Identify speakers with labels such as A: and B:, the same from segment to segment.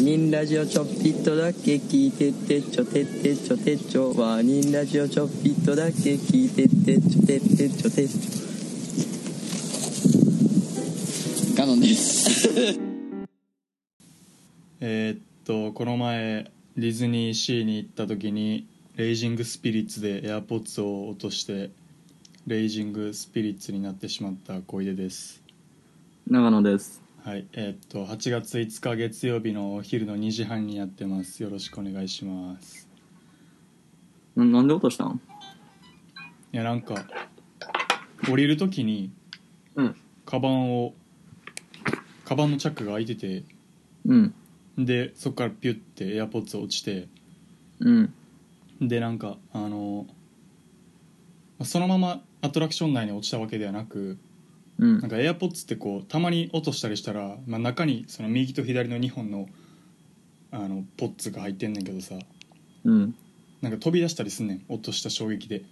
A: ニンラジオちょっぴっとだけ聞いてってちょてってちょてちょワニンラジオちょっぴっとだけ聞いてってちょてってちょてちょ
B: ガノンです
C: えーっとこの前ディズニーシーに行った時にレイジングスピリッツでエアポッツを落としてレイジングスピリッツになってしまった小出です
A: 長野です
C: はいえーっと8月5日月曜日のお昼の2時半にやってますよろしくお願いします
A: ななんで落としたん
C: いやなんか降りる時に
A: うん
C: カバンをカバンのチャックが開いてて
A: うん
C: でそこからピュッてエアポッツ落ちて
A: うん
C: でなんかあのまあそのままアトラクション内に落ちたわけではなく
A: う
C: なん
A: ん
C: か AirPods ってこうたまに落としたりしたら、まあ、中にその右と左の2本のあのポッツが入ってんねんけどさ
A: うん
C: なんか飛び出したりすんねん落とした衝撃で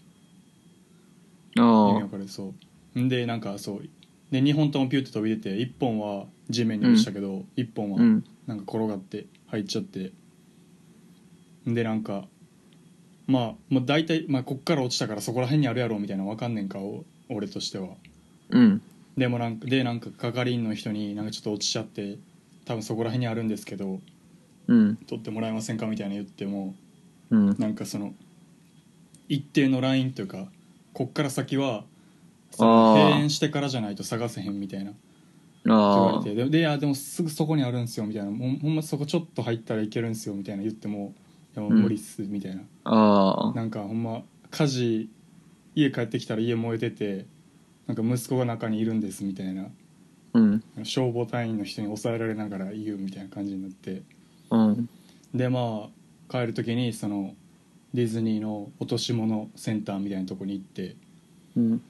C: 意味
A: あ
C: わかるそうほんでなんかそうで2本ともピュッて飛び出て1本は地面に落ちたけど、1本
A: あ
C: は
A: うん
C: なんか転がって入っちゃってでなんかまあ、まあ、大体、まあ、こっから落ちたからそこら辺にあるやろみたいなの分かんねんかお俺としては
A: うん
C: でもなんかでなんか係員の人になんかちょっと落ちちゃって多分そこら辺にあるんですけど
A: うん
C: 取ってもらえませんかみたいな言っても
A: うん
C: なんかその一定のラインというかこっから先はそ
A: あ
C: の
A: ー
C: 閉園してからじゃないと探せへんみたいなって言わ
A: ああ
C: れてででいやでもすぐそこにあるんすよみたいなほんほんまそこちょっと入ったらいけるんすよみたいな言ってもいやもう無理っすみたいな、
A: ああ
C: なんかほんま火事家帰ってきたら家燃えててなんか息子が中にいるんですみたいな
A: うん
C: 消防隊員の人に抑えられながら言うみたいな感じになって
A: うん
C: でまあ帰る時にそのディズニーの落とし物センターみたいなとこに行って
A: うん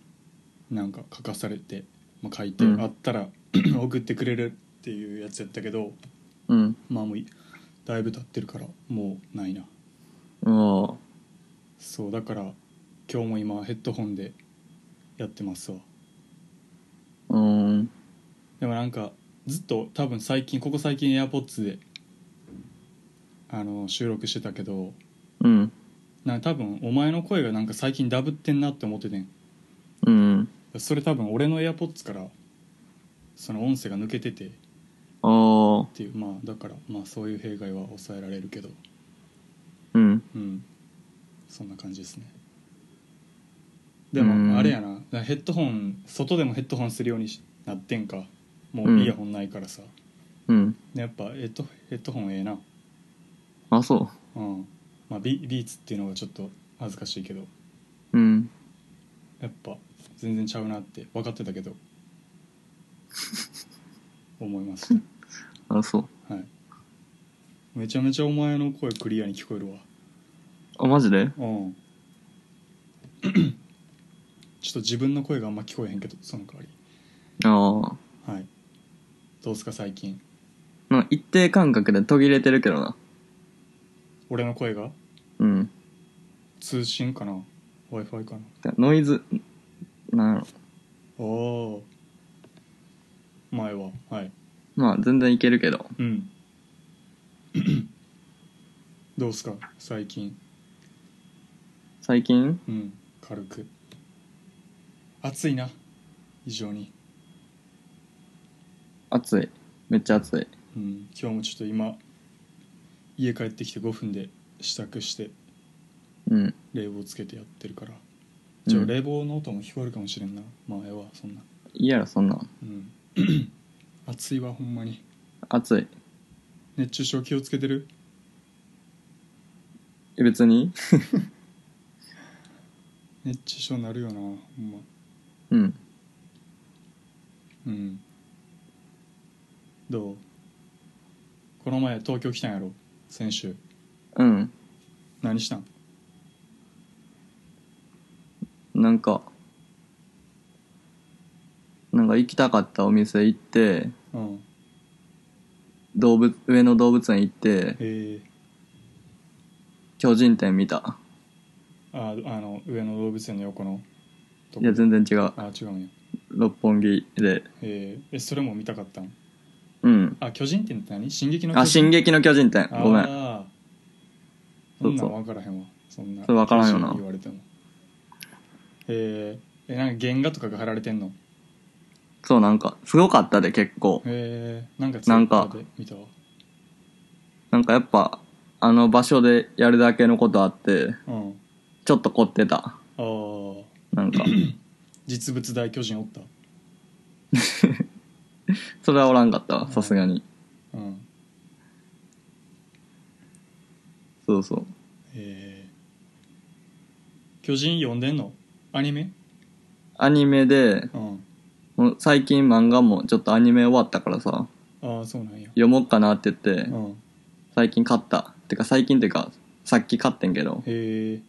C: なんか書かされて、まあ、書いて、
A: うん
C: あったら 送ってくれるっていうやつやったけど
A: うん
C: まあもういだいぶ経ってるからもうないな
A: ああ
C: そうだから今日も今ヘッドホンでやってますわ
A: うん
C: でもなんかずっと多分最近ここ最近 AirPods であの収録してたけど
A: うん
C: なんか多分お前の声がなんか最近ダブってんなって思っててん
A: うん
C: それ多分俺の AirPods からその音声が抜けててっ
A: ああ
C: ていうまあだからまあそういう弊害は抑えられるけど
A: うん
C: うんそんな感じですねでも
A: うん
C: あれやなだからヘッドホン外でもヘッドホンするようになってんかもうイヤホンないからさ、
A: うん
C: でやっぱヘッドヘッドホンええな
A: あそ
C: うんまあビビーツっていうのがちょっと恥ずかしいけど
A: ううん
C: やっぱ全然ちゃうなって分かってたけど思いまし
A: あそう
C: たはいめちゃめちゃお前の声クリアに聞こえるわ
A: あマジで
C: うんちょっと自分の声があんま聞こえへんけどその代わ
A: ああ
C: りはいどうすか最近
A: なんか一定間隔で途切れてるけどな
C: 俺の声が
A: うん
C: 通信かな w i f i かな
A: ノイズなんやろ
C: おお前ははい
A: まあ全然いけるけど
C: うん どうすか最近
A: 最近
C: うん軽く暑いな非常に
A: 暑いめっちゃ暑い
C: うん今日もちょっと今家帰ってきて5分で支度して
A: うん
C: 冷房つけてやってるからじゃあ
A: うん
C: 冷房の音も聞こえるかもしれんな、まあええわそんない
A: いやろそんなん
C: うん暑いわほんまに
A: 暑い
C: 熱中症気をつけてる
A: え別に
C: 熱中症なるよなほんま
A: うん
C: うんどうこの前東京来たんやろ先週
A: うん
C: 何したん
A: なんかなんか行きたかったお店行って
C: うん
A: 動物上野動物園行って
C: ええ
A: 巨人展見た
C: ああの上野動物園の横のと
A: いや全然違う
C: あ違うんや
A: 六本木で
C: えーえそれも見たかったん
A: うん。
C: あ巨人展って何進撃の
A: あ、進撃の巨人展。ごめん。
C: あー
A: そ
C: そ
A: うんそう
C: なん分からへんわそんな
A: それ分からんよな
C: 巨人言われてもえー、えなんか原画とかが貼られてんの
A: そう、なんか、すごかったで、結構。
C: えー、なんか
A: なんか
C: Twitter で見たわ
A: なんかやっぱ、あの場所でやるだけのことあって、
C: うん
A: ちょっと凝ってた。
C: あー
A: なん か、
C: 実物大巨人おった
A: それはおらんかったわ、さすがに。
C: うん
A: そうそう。
C: えー、巨人読んでんのアニメ
A: アニメで、
C: うん
A: もう最近漫画もちょっとアニメ終わったからさ、
C: ああそうなんや
A: 読もうかなって言って
C: う、ん
A: 最近買った。てか最近っていうか、さっき買ってんけど、
C: え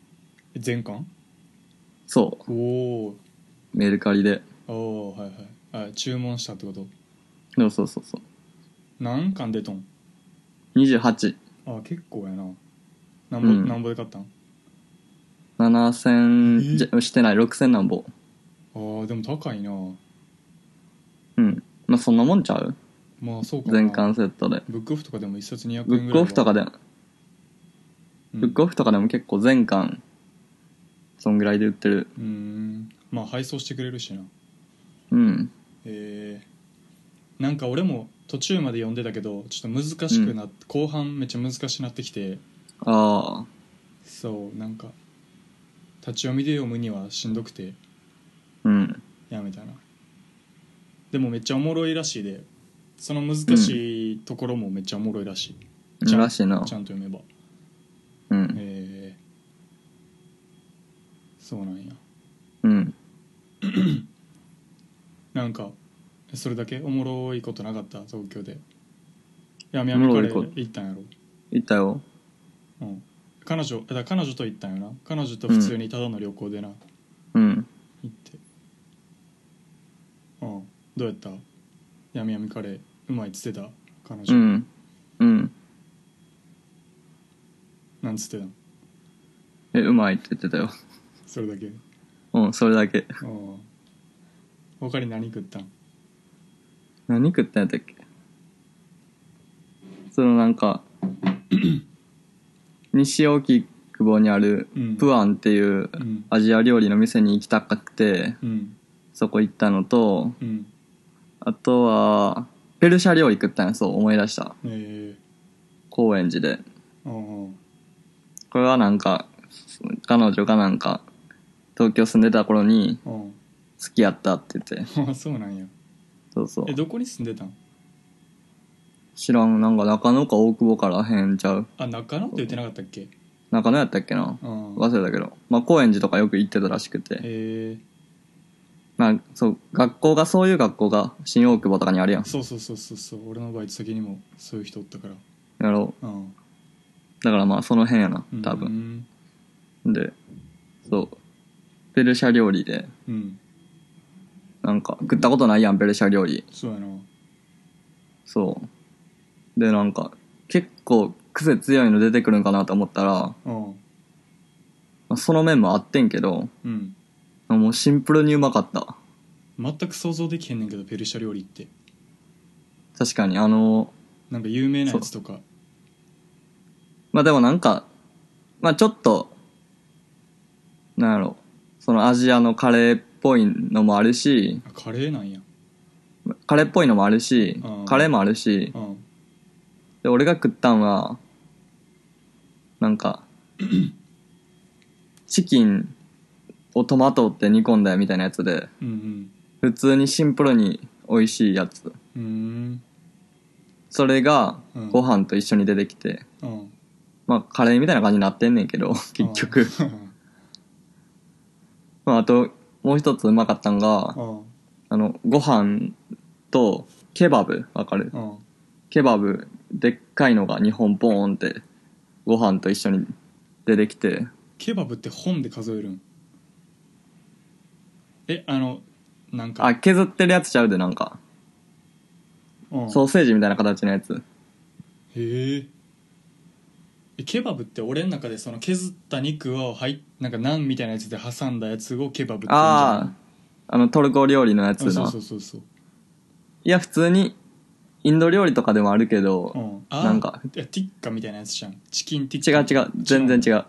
C: ー、全巻
A: そ
C: おお
A: う、メルカリで。
C: おおはいはいあ注文したってこと
A: そうそうそうそ
C: 何巻出とん
A: う。28、
C: あ結構やななんぼ、
A: うん
C: なんぼで買ったん
A: 7000、じゃしてない、6000なんぼ。
C: あーでも高いな
A: うん。まあそんなもんちゃう
C: まあそうかな
A: 全巻セットで。
C: ブックオフとかでも一冊200円ぐ
A: ブ
C: らい
A: ックオフとか
C: で、
A: で、
C: うん、
A: ブックオフとかでも結構全巻、そんぐらいで売ってる。
C: うーんまあ配送してくれるしな
A: うん。
C: えー、なんか俺も途中まで読んでたけどちょっと難しくなって、後半めっちゃ難しくなってきて
A: ああ、
C: そうなんか立ち読みで読むにはしんどくて
A: うん。
C: やめたなでもめっちゃおもろいらしいでその難しいところもめっちゃおもろいらしい、ちゃん
A: らしいな
C: ち。ゃんと読めば
A: うん。
C: えー、そうなんや
A: うん。
C: なんかそれだけおもろいことなかった東京でやみや
A: お
C: み
A: も
C: カ
A: ろ
C: レ
A: いこ
C: ー行ったんやろ、
A: 行ったよ。
C: うん、彼女だから彼女と行ったんやな彼女と普通にただの旅行でな、
A: うん。
C: 行ってうんどうやったやみやみカレーうまいっつってた彼
A: う
C: 女、
A: ん。うん。
C: なんつってたの
A: え、うまいって言ってたよ。
C: それだけ
A: うん、それだけ。
C: うん他に何食ったん
A: 何食ったんやったっけそのなん か、西荻窪にある
C: うん
A: プアンっていう
C: うん
A: アジア料理の店に行きたくて、
C: うん
A: そこ行ったのと、
C: うん
A: あとは、ペルシャ料理食ったんや、そう思い出した。
C: え
A: 高円寺で。
C: ー、うんうん
A: これはなんか、彼女がなんか、東京住んでた頃に
C: うん
A: 好きやったって言って。
C: あ そうなんや
A: そうそう
C: え。どこに住んでたん
A: 知らん、なんか中野か大久保からへんちゃう。
C: あ中野って言ってなかったっけ
A: 中野やったっけな
C: うん
A: 忘れたけど。まあ、高円寺とかよく行ってたらしくて。
C: え
A: まあ、そう、学校が、そういう学校が新大久保とかにあるやん
C: ー、。そうそうそうそうそう俺のバイト先にもそういう人おったから
A: やろう。
C: うん
A: だからまあ、その辺やな
C: うん、
A: 多分。で、そう。ペルシャ料理で、
C: うん
A: なんか、食ったことないやん、ペルシャ料理。
C: そうやな
A: そう。で、なんか、結構癖強いの出てくるんかなと思ったら、ま
C: うん
A: あその面もあってんけど、
C: うん
A: もうシンプルにうまかった。
C: 全く想像できへんねんけどペルシャ料理って
A: 確かに、あの、
C: なんか有名なやつとか
A: まあでもなんか、まあちょっと、なんやろ、そのアジアのカレーっぽいのもあるし、
C: あカレーなんや
A: カレーっぽいのもあるし
C: うん、
A: カレーもあるし、
C: うん
A: で、俺が食ったんは、なん か、チキンをトマトって煮込んだよみたいなやつで、
C: うん
A: 普通にシンプルに美味しいやつ。
C: うんうーん
A: それが
C: うん、
A: ご飯と一緒に出てきて、
C: うん
A: まあ、カレーみたいな感じになってんねんけど、結局。まあ、あと、もう一つうまかったんが
C: う、ん
A: あの、ご飯と、ケバブ、わかる
C: うん
A: ケバブ、でっかいのが2本ポーンって、ご飯と一緒に出てきて、
C: ケバブって本で数えるんえあのなんか
A: あ、削ってるやつちゃうで、なんか。
C: うん
A: ソーセージみたいな形のやつ。
C: へええケバブって俺の中でその削った肉をはいなんかナンみたいなやつで挟んだやつをケバブって言うんじゃない
A: ああ、あの、トルコ料理のやつ
C: うんそう
A: な
C: そう。そうそう
A: いや、普通に、インド料理とかでもあるけど、
C: うん、あー
A: なんか
C: いやティッカみたいなやつじゃんチキンティッ
A: 違
C: カ
A: う違う全然違う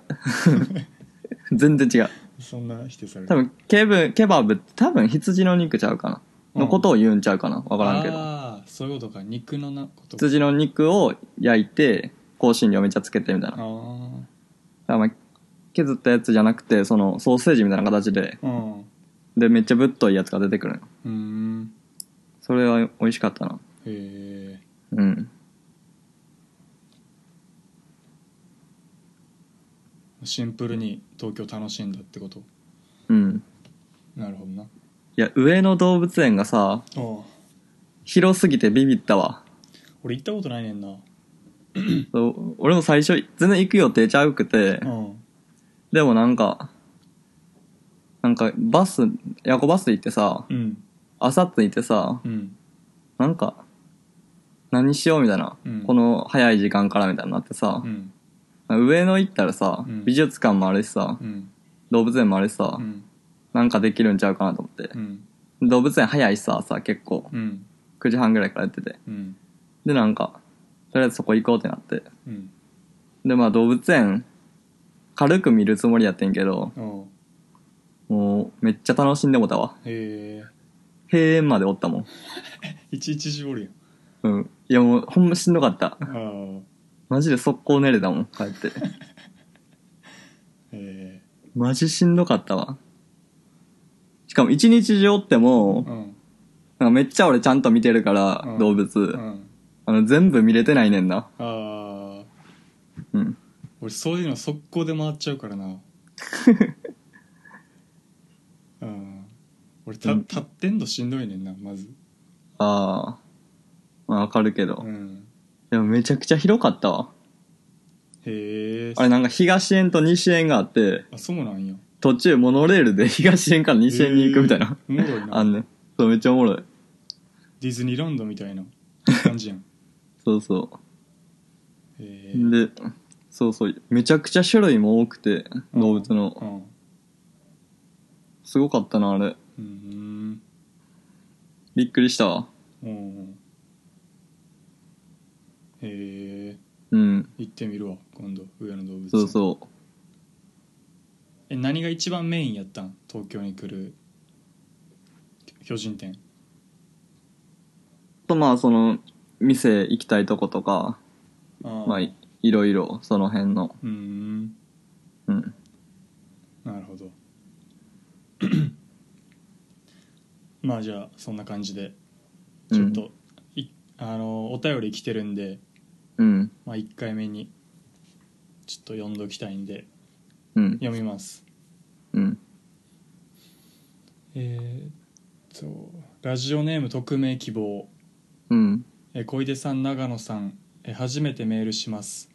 A: 全然違う
C: そんな否定される
A: 多分ケブケバブって多分羊の肉ちゃうかな、
C: うん
A: のことを言うんちゃうかなわからんけど
C: ああそういうことか肉のなことか
A: 羊の肉を焼いて香辛料めっちゃつけてみたいなだか
C: あ
A: らまあ削ったやつじゃなくてそのソーセージみたいな形で
C: あうんう
A: でめっちゃぶっといやつが出てくるの
C: ーん
A: それは美味しかったな
C: へえ
A: うん
C: シンプルに東京楽しんだってこと
A: うん
C: なるほどない
A: や上野動物園がさ
C: ああ
A: 広すぎてビビったわ
C: 俺行ったことないねんな
A: そう俺も最初全然行く予定ちゃうくて
C: うん
A: でもなんかなんかバス夜行バスで行ってさ
C: うん
A: 朝着いてさ
C: うん
A: なんか何しようみたいな、
C: うん
A: この早い時間からみたいになってさ
C: う、ん
A: 上野行ったらさ、
C: うん
A: 美術館もあるしさ、
C: うん
A: 動物園もあるしさ、
C: うん
A: なんかできるんちゃうかなと思って
C: う、ん
A: 動物園早いしさ朝結構
C: うん
A: 9時半ぐらいからやってて
C: うん
A: でなんかとりあえずそこ行こうってなって
C: うん
A: でまあ動物園軽く見るつもりやってんけど
C: おう
A: もうめっちゃ楽しんでもたわ
C: へえ
A: 閉園までおったもん
C: いちいち絞るやん
A: うんいやもうほんましんどかった
C: ああ
A: マジで速攻寝れたもん帰っ て
C: へえ
A: マジしんどかったわ。しかも一日中おっても、
C: うん
A: なんかめっちゃ俺ちゃんと見てるから、
C: うん
A: 動物、
C: うん
A: あの、全部見れてないねんな。
C: ああ
A: うん。
C: 俺そういうの速攻で回っちゃうからなうん俺た
A: うん
C: 立ってんのしんどいねんなまず
A: ああ。まあわかるけど。
C: うん
A: でもめちゃくちゃ広かったわ。
C: へえ
A: あれなんか東園と西園があって、
C: あそうなんや
A: 途中モノレールで 東園から西園に行くみたいな。
C: へーおもろいな
A: あんねん。そう、めっちゃおもろい。
C: ディズニーランドみたいな感じやん
A: そうそ
C: へえ
A: う。で、そうそう。めちゃくちゃ種類も多くて、動物
C: う
A: の。
C: ん
A: すごかったな、あれ。
C: うん
A: びっくりしたわ。
C: うんへえ
A: うん。
C: 行ってみるわ今度上野動物園
A: そうそう。
C: え何が一番メインやったん東京に来る巨人店
A: とまあその店行きたいとことか、
C: ああ
A: まあいいろいろその辺の
C: うん
A: うん
C: なるほど まあじゃあそんな感じでちょっと、いあのお便り来てるんで、
A: うん
C: まあ、1回目にちょっと読んどきたいんで
A: うん
C: 読みます
A: うん
C: えーっとラジオネーム匿名希望
A: うん
C: えー小出さん長野さんえー初めてメールします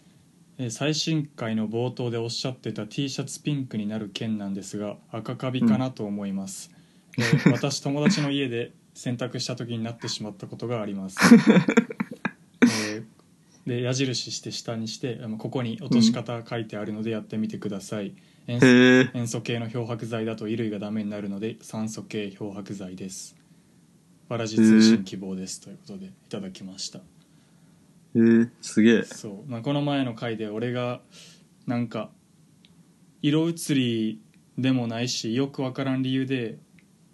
C: えー最新回の冒頭でおっしゃってた T シャツピンクになる件なんですが赤カビかなと思います、えー私友達の家で洗濯した時になってしまったことがあります、えーで矢印して下にしてあのここに落とし方書いてあるのでやってみてください、塩素
A: へえ
C: 塩素系の漂白剤だと衣類がダメになるので酸素系漂白剤ですわらじ通信希望ですということでいただきました
A: へえすげえ
C: そう、まあ、この前の回で俺がなんか色移りでもないしよくわからん理由で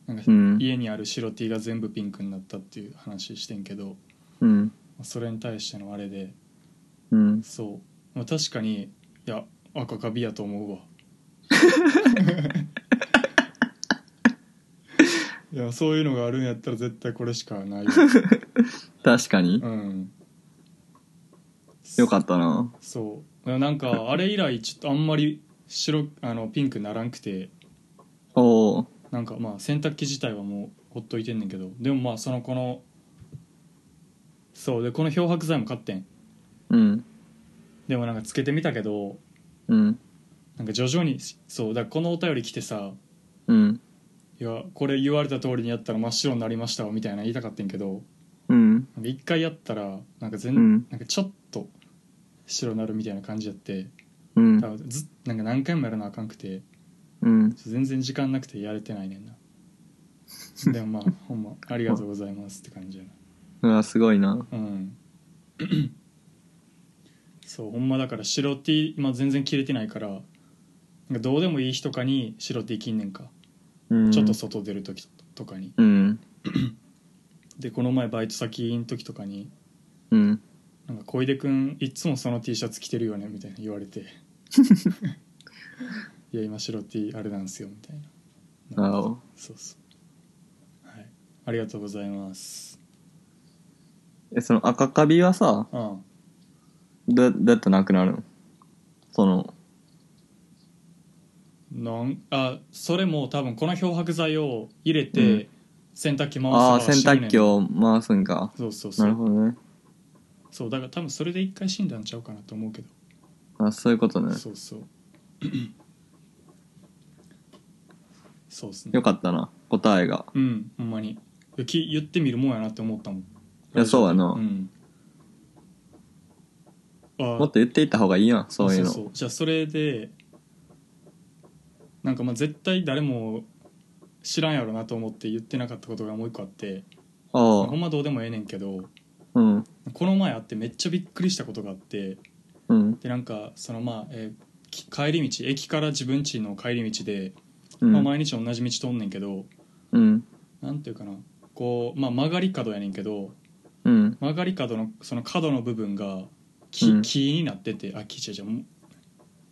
C: なんか
A: うん
C: 家にある白 T が全部ピンクになったっていう話してんけど
A: うん
C: まあそれに対してのあれで
A: うん
C: そう、まあ、確かにいや赤カビやと 思うわいやそういうのがあるんやったら絶対これしか ないよ、
A: 確かに
C: うん、
A: よかったな
C: そうでもなんかあれ以来ちょっとあんまり白あのピンクならんくて
A: おお
C: なんかまあ洗濯機自体はもうほっといてんねんけどでもまあそのこのそうでこの漂白剤も買ってん
A: うん
C: でもなんかつけてみたけど
A: うん
C: なんか徐々にそうだからこのお便り来てさ
A: うん
C: いやこれ言われた通りにやったら真っ白になりましたわみたいな言いたかったんけど
A: うん
C: なんか一回やったらなんか全、
A: うん
C: なんかちょっと白になるみたいな感じやって
A: うん
C: 多分ずっなんか何回もやらなあかんくて
A: うん
C: 全然時間なく てやれてないねんなでもまあほんまありがとうございますって感じやな
A: うそれはすごいな。
C: うん そうほんまだから白 T 今全然切れてないからなんかどうでもいい日とかに白 T 切んねんか、
A: うん、
C: ちょっと外出る時とかに
A: うん。
C: でこの前バイト先の時とかに
A: うん。
C: 「なんか小出君いっつもその T シャツ着てるよね」みたいな言われ て「いや今白 T あれなんですよ」みたいな
A: なるほど
C: そうそうはいありがとうございます
A: え、その赤カビはさ、
C: うん
A: どどうやってなくなるのその、
C: なんあそれも多分この漂白剤を入れて、
A: うん
C: 洗濯機回す
A: ああー、
C: から死
A: 洗
C: ぬねん
A: 濯機を回すんか。
C: そうそうそう
A: なるほどね。
C: そうだから多分それで一回死んだんちゃうかなと思うけど、
A: あそういうことね。
C: そうそうそうっすね
A: よかったな、答えが。
C: うんほんまにいやき言ってみるもんやなって思ったもんい
A: やそうやな
C: うんあ
A: もっと言っていった方がいいやん、そういうの。
C: そうじゃあそれでなんかまあ絶対誰も知らんやろなと思って言ってなかったことがもう一個あってほんまどうでもええねんけど
A: ああ、うん、
C: この前あってめっちゃびっくりしたことがあって
A: うん、
C: でなんかそのまあ、えーき帰り道駅から自分家の帰り道で、
A: うん、
C: まあ、毎日同じ道通んねんけど
A: うん、
C: なんていうかなこう、まあ、曲がり角やねんけど
A: うん、
C: 曲がり角のその角の部分が木,、
A: うん
C: 木になっててあ木じゃじゃ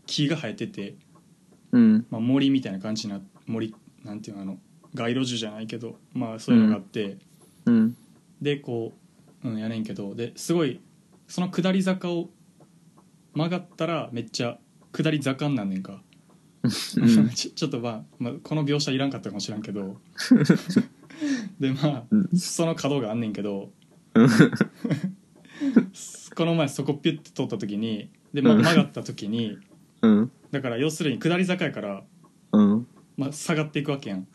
C: 木が生えてて
A: うん、
C: まあ、森みたいな感じな森なんていうのあの街路樹じゃないけど、まあ、そういうのがあって、
A: うん、
C: でこう、うん、やねんけどですごいその下り坂を曲がったらめっちゃ下り坂になんねんか、 ちょちょっとまあ、まあ、この描写いらんかったかもしらん けどでまあその角があんねんけどこの前そこピュッて通った時にで、まあ、
A: うん
C: 曲がった時に
A: うん、
C: だから要するに下り坂やから、
A: うん、
C: まあ、下がっていくわけやん。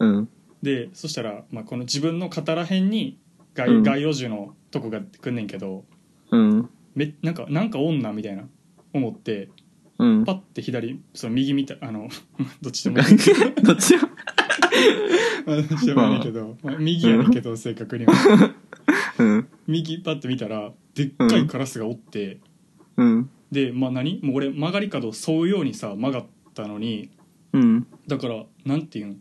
A: うん、
C: でそしたら、まあ、この自分の肩らへんに街,、
A: うん
C: 街路樹のとこが来んねんけど
A: うん、
C: めなんかなんか女みたいな思って
A: うん。
C: パッて左その右見たあの どっちでもいい
A: どっちや
C: まあどっちでもいい けど、まあ、右やねんけど正確には
A: うん、
C: 右パッて見たらでっかいカラスがおって、
A: うん、
C: でまあ何もう俺曲がり角を沿うようにさ曲がったのに
A: うん、
C: だからなんていうん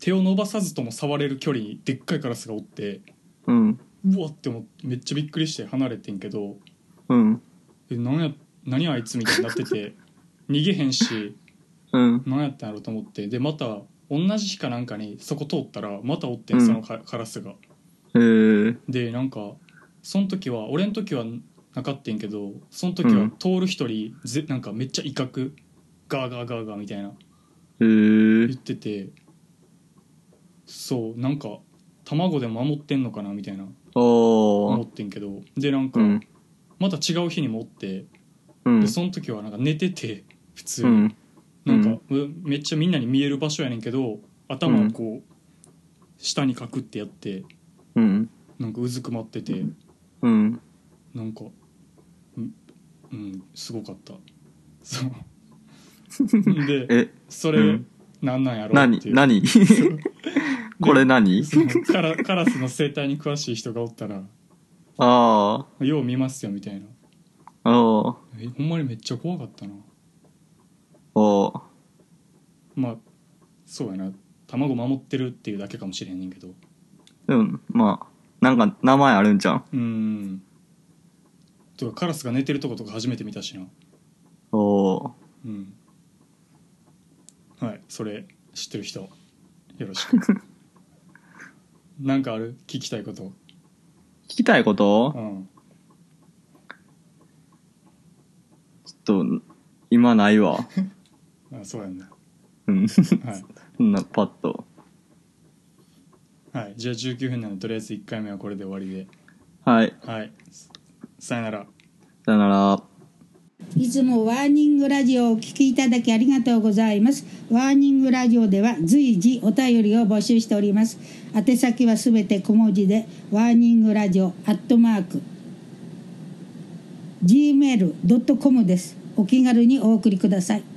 C: 手を伸ばさずとも触れる距離にでっかいカラスがおって
A: うん、
C: うわって思ってめっちゃびっくりして離れてんけど
A: うん、
C: えなんや何あいつみたいになってて 逃げへんし
A: うん、
C: 何やったんやろと思ってでまた同じ日かなんかにそこ通ったらまたおって
A: うんん
C: そのカカラスが、
A: えー、
C: でなんかその時は俺の時はなかったんけどその時
A: う
C: は
A: ん
C: 通る一人ぜなんかめっちゃ威嚇ガーガーガーガーみたいな
A: え
C: 言っ
A: ー、
C: ててそうなんか卵で守ってんのかなみたいな
A: あ
C: 思
A: ー
C: ってんけどでなんか
A: うん、
C: また違う日にもおって
A: うん
C: で、その時はなんか寝てて普
A: う
C: 通に。
A: ん、
C: なんか、うめっちゃみんなに見える場所やねんけど頭をこう、下に隠ってやって
A: うん、
C: なんかうずくまってて
A: うん、
C: なんかうん、うん、すごかったそう で
A: え、
C: そうれ
A: ん
C: なんなんやろう
A: 何
C: っていう
A: 何 これ何
C: そのカラカラスの生態に詳しい人がおったら
A: あ
C: 「よう見ますよ」みたいな
A: あ、ああ、
C: えほんまにめっちゃ怖かったな
A: ああ。
C: まあそうやな卵守ってるっていうだけかもしれへんねんけど
A: うん、まあ、なんか名前あるんじゃん。
C: うんとかカラスが寝てるとことか初めて見たしな
A: おお
C: うんはいそれ知ってる人よろ しくなんかある聞きたいこと
A: 聞きたいこ
C: う
A: と
C: ん
A: ちょっと、今ないわ。
C: あそうやんな
A: うん、 そ
C: はい、
A: んな、パッと。
C: はい、じゃあ19分なのでとりあえず1回目はこれで終わりで
A: はい、
C: はいさよなら
A: さよなら。
D: いつもワーニングラジオをお聞きいただきありがとうございます。ワーニングラジオでは随時お便りを募集しております。宛先はすべて小文字で、ワーニングラジオアットマーク、gmail.com です。お気軽にお送りください。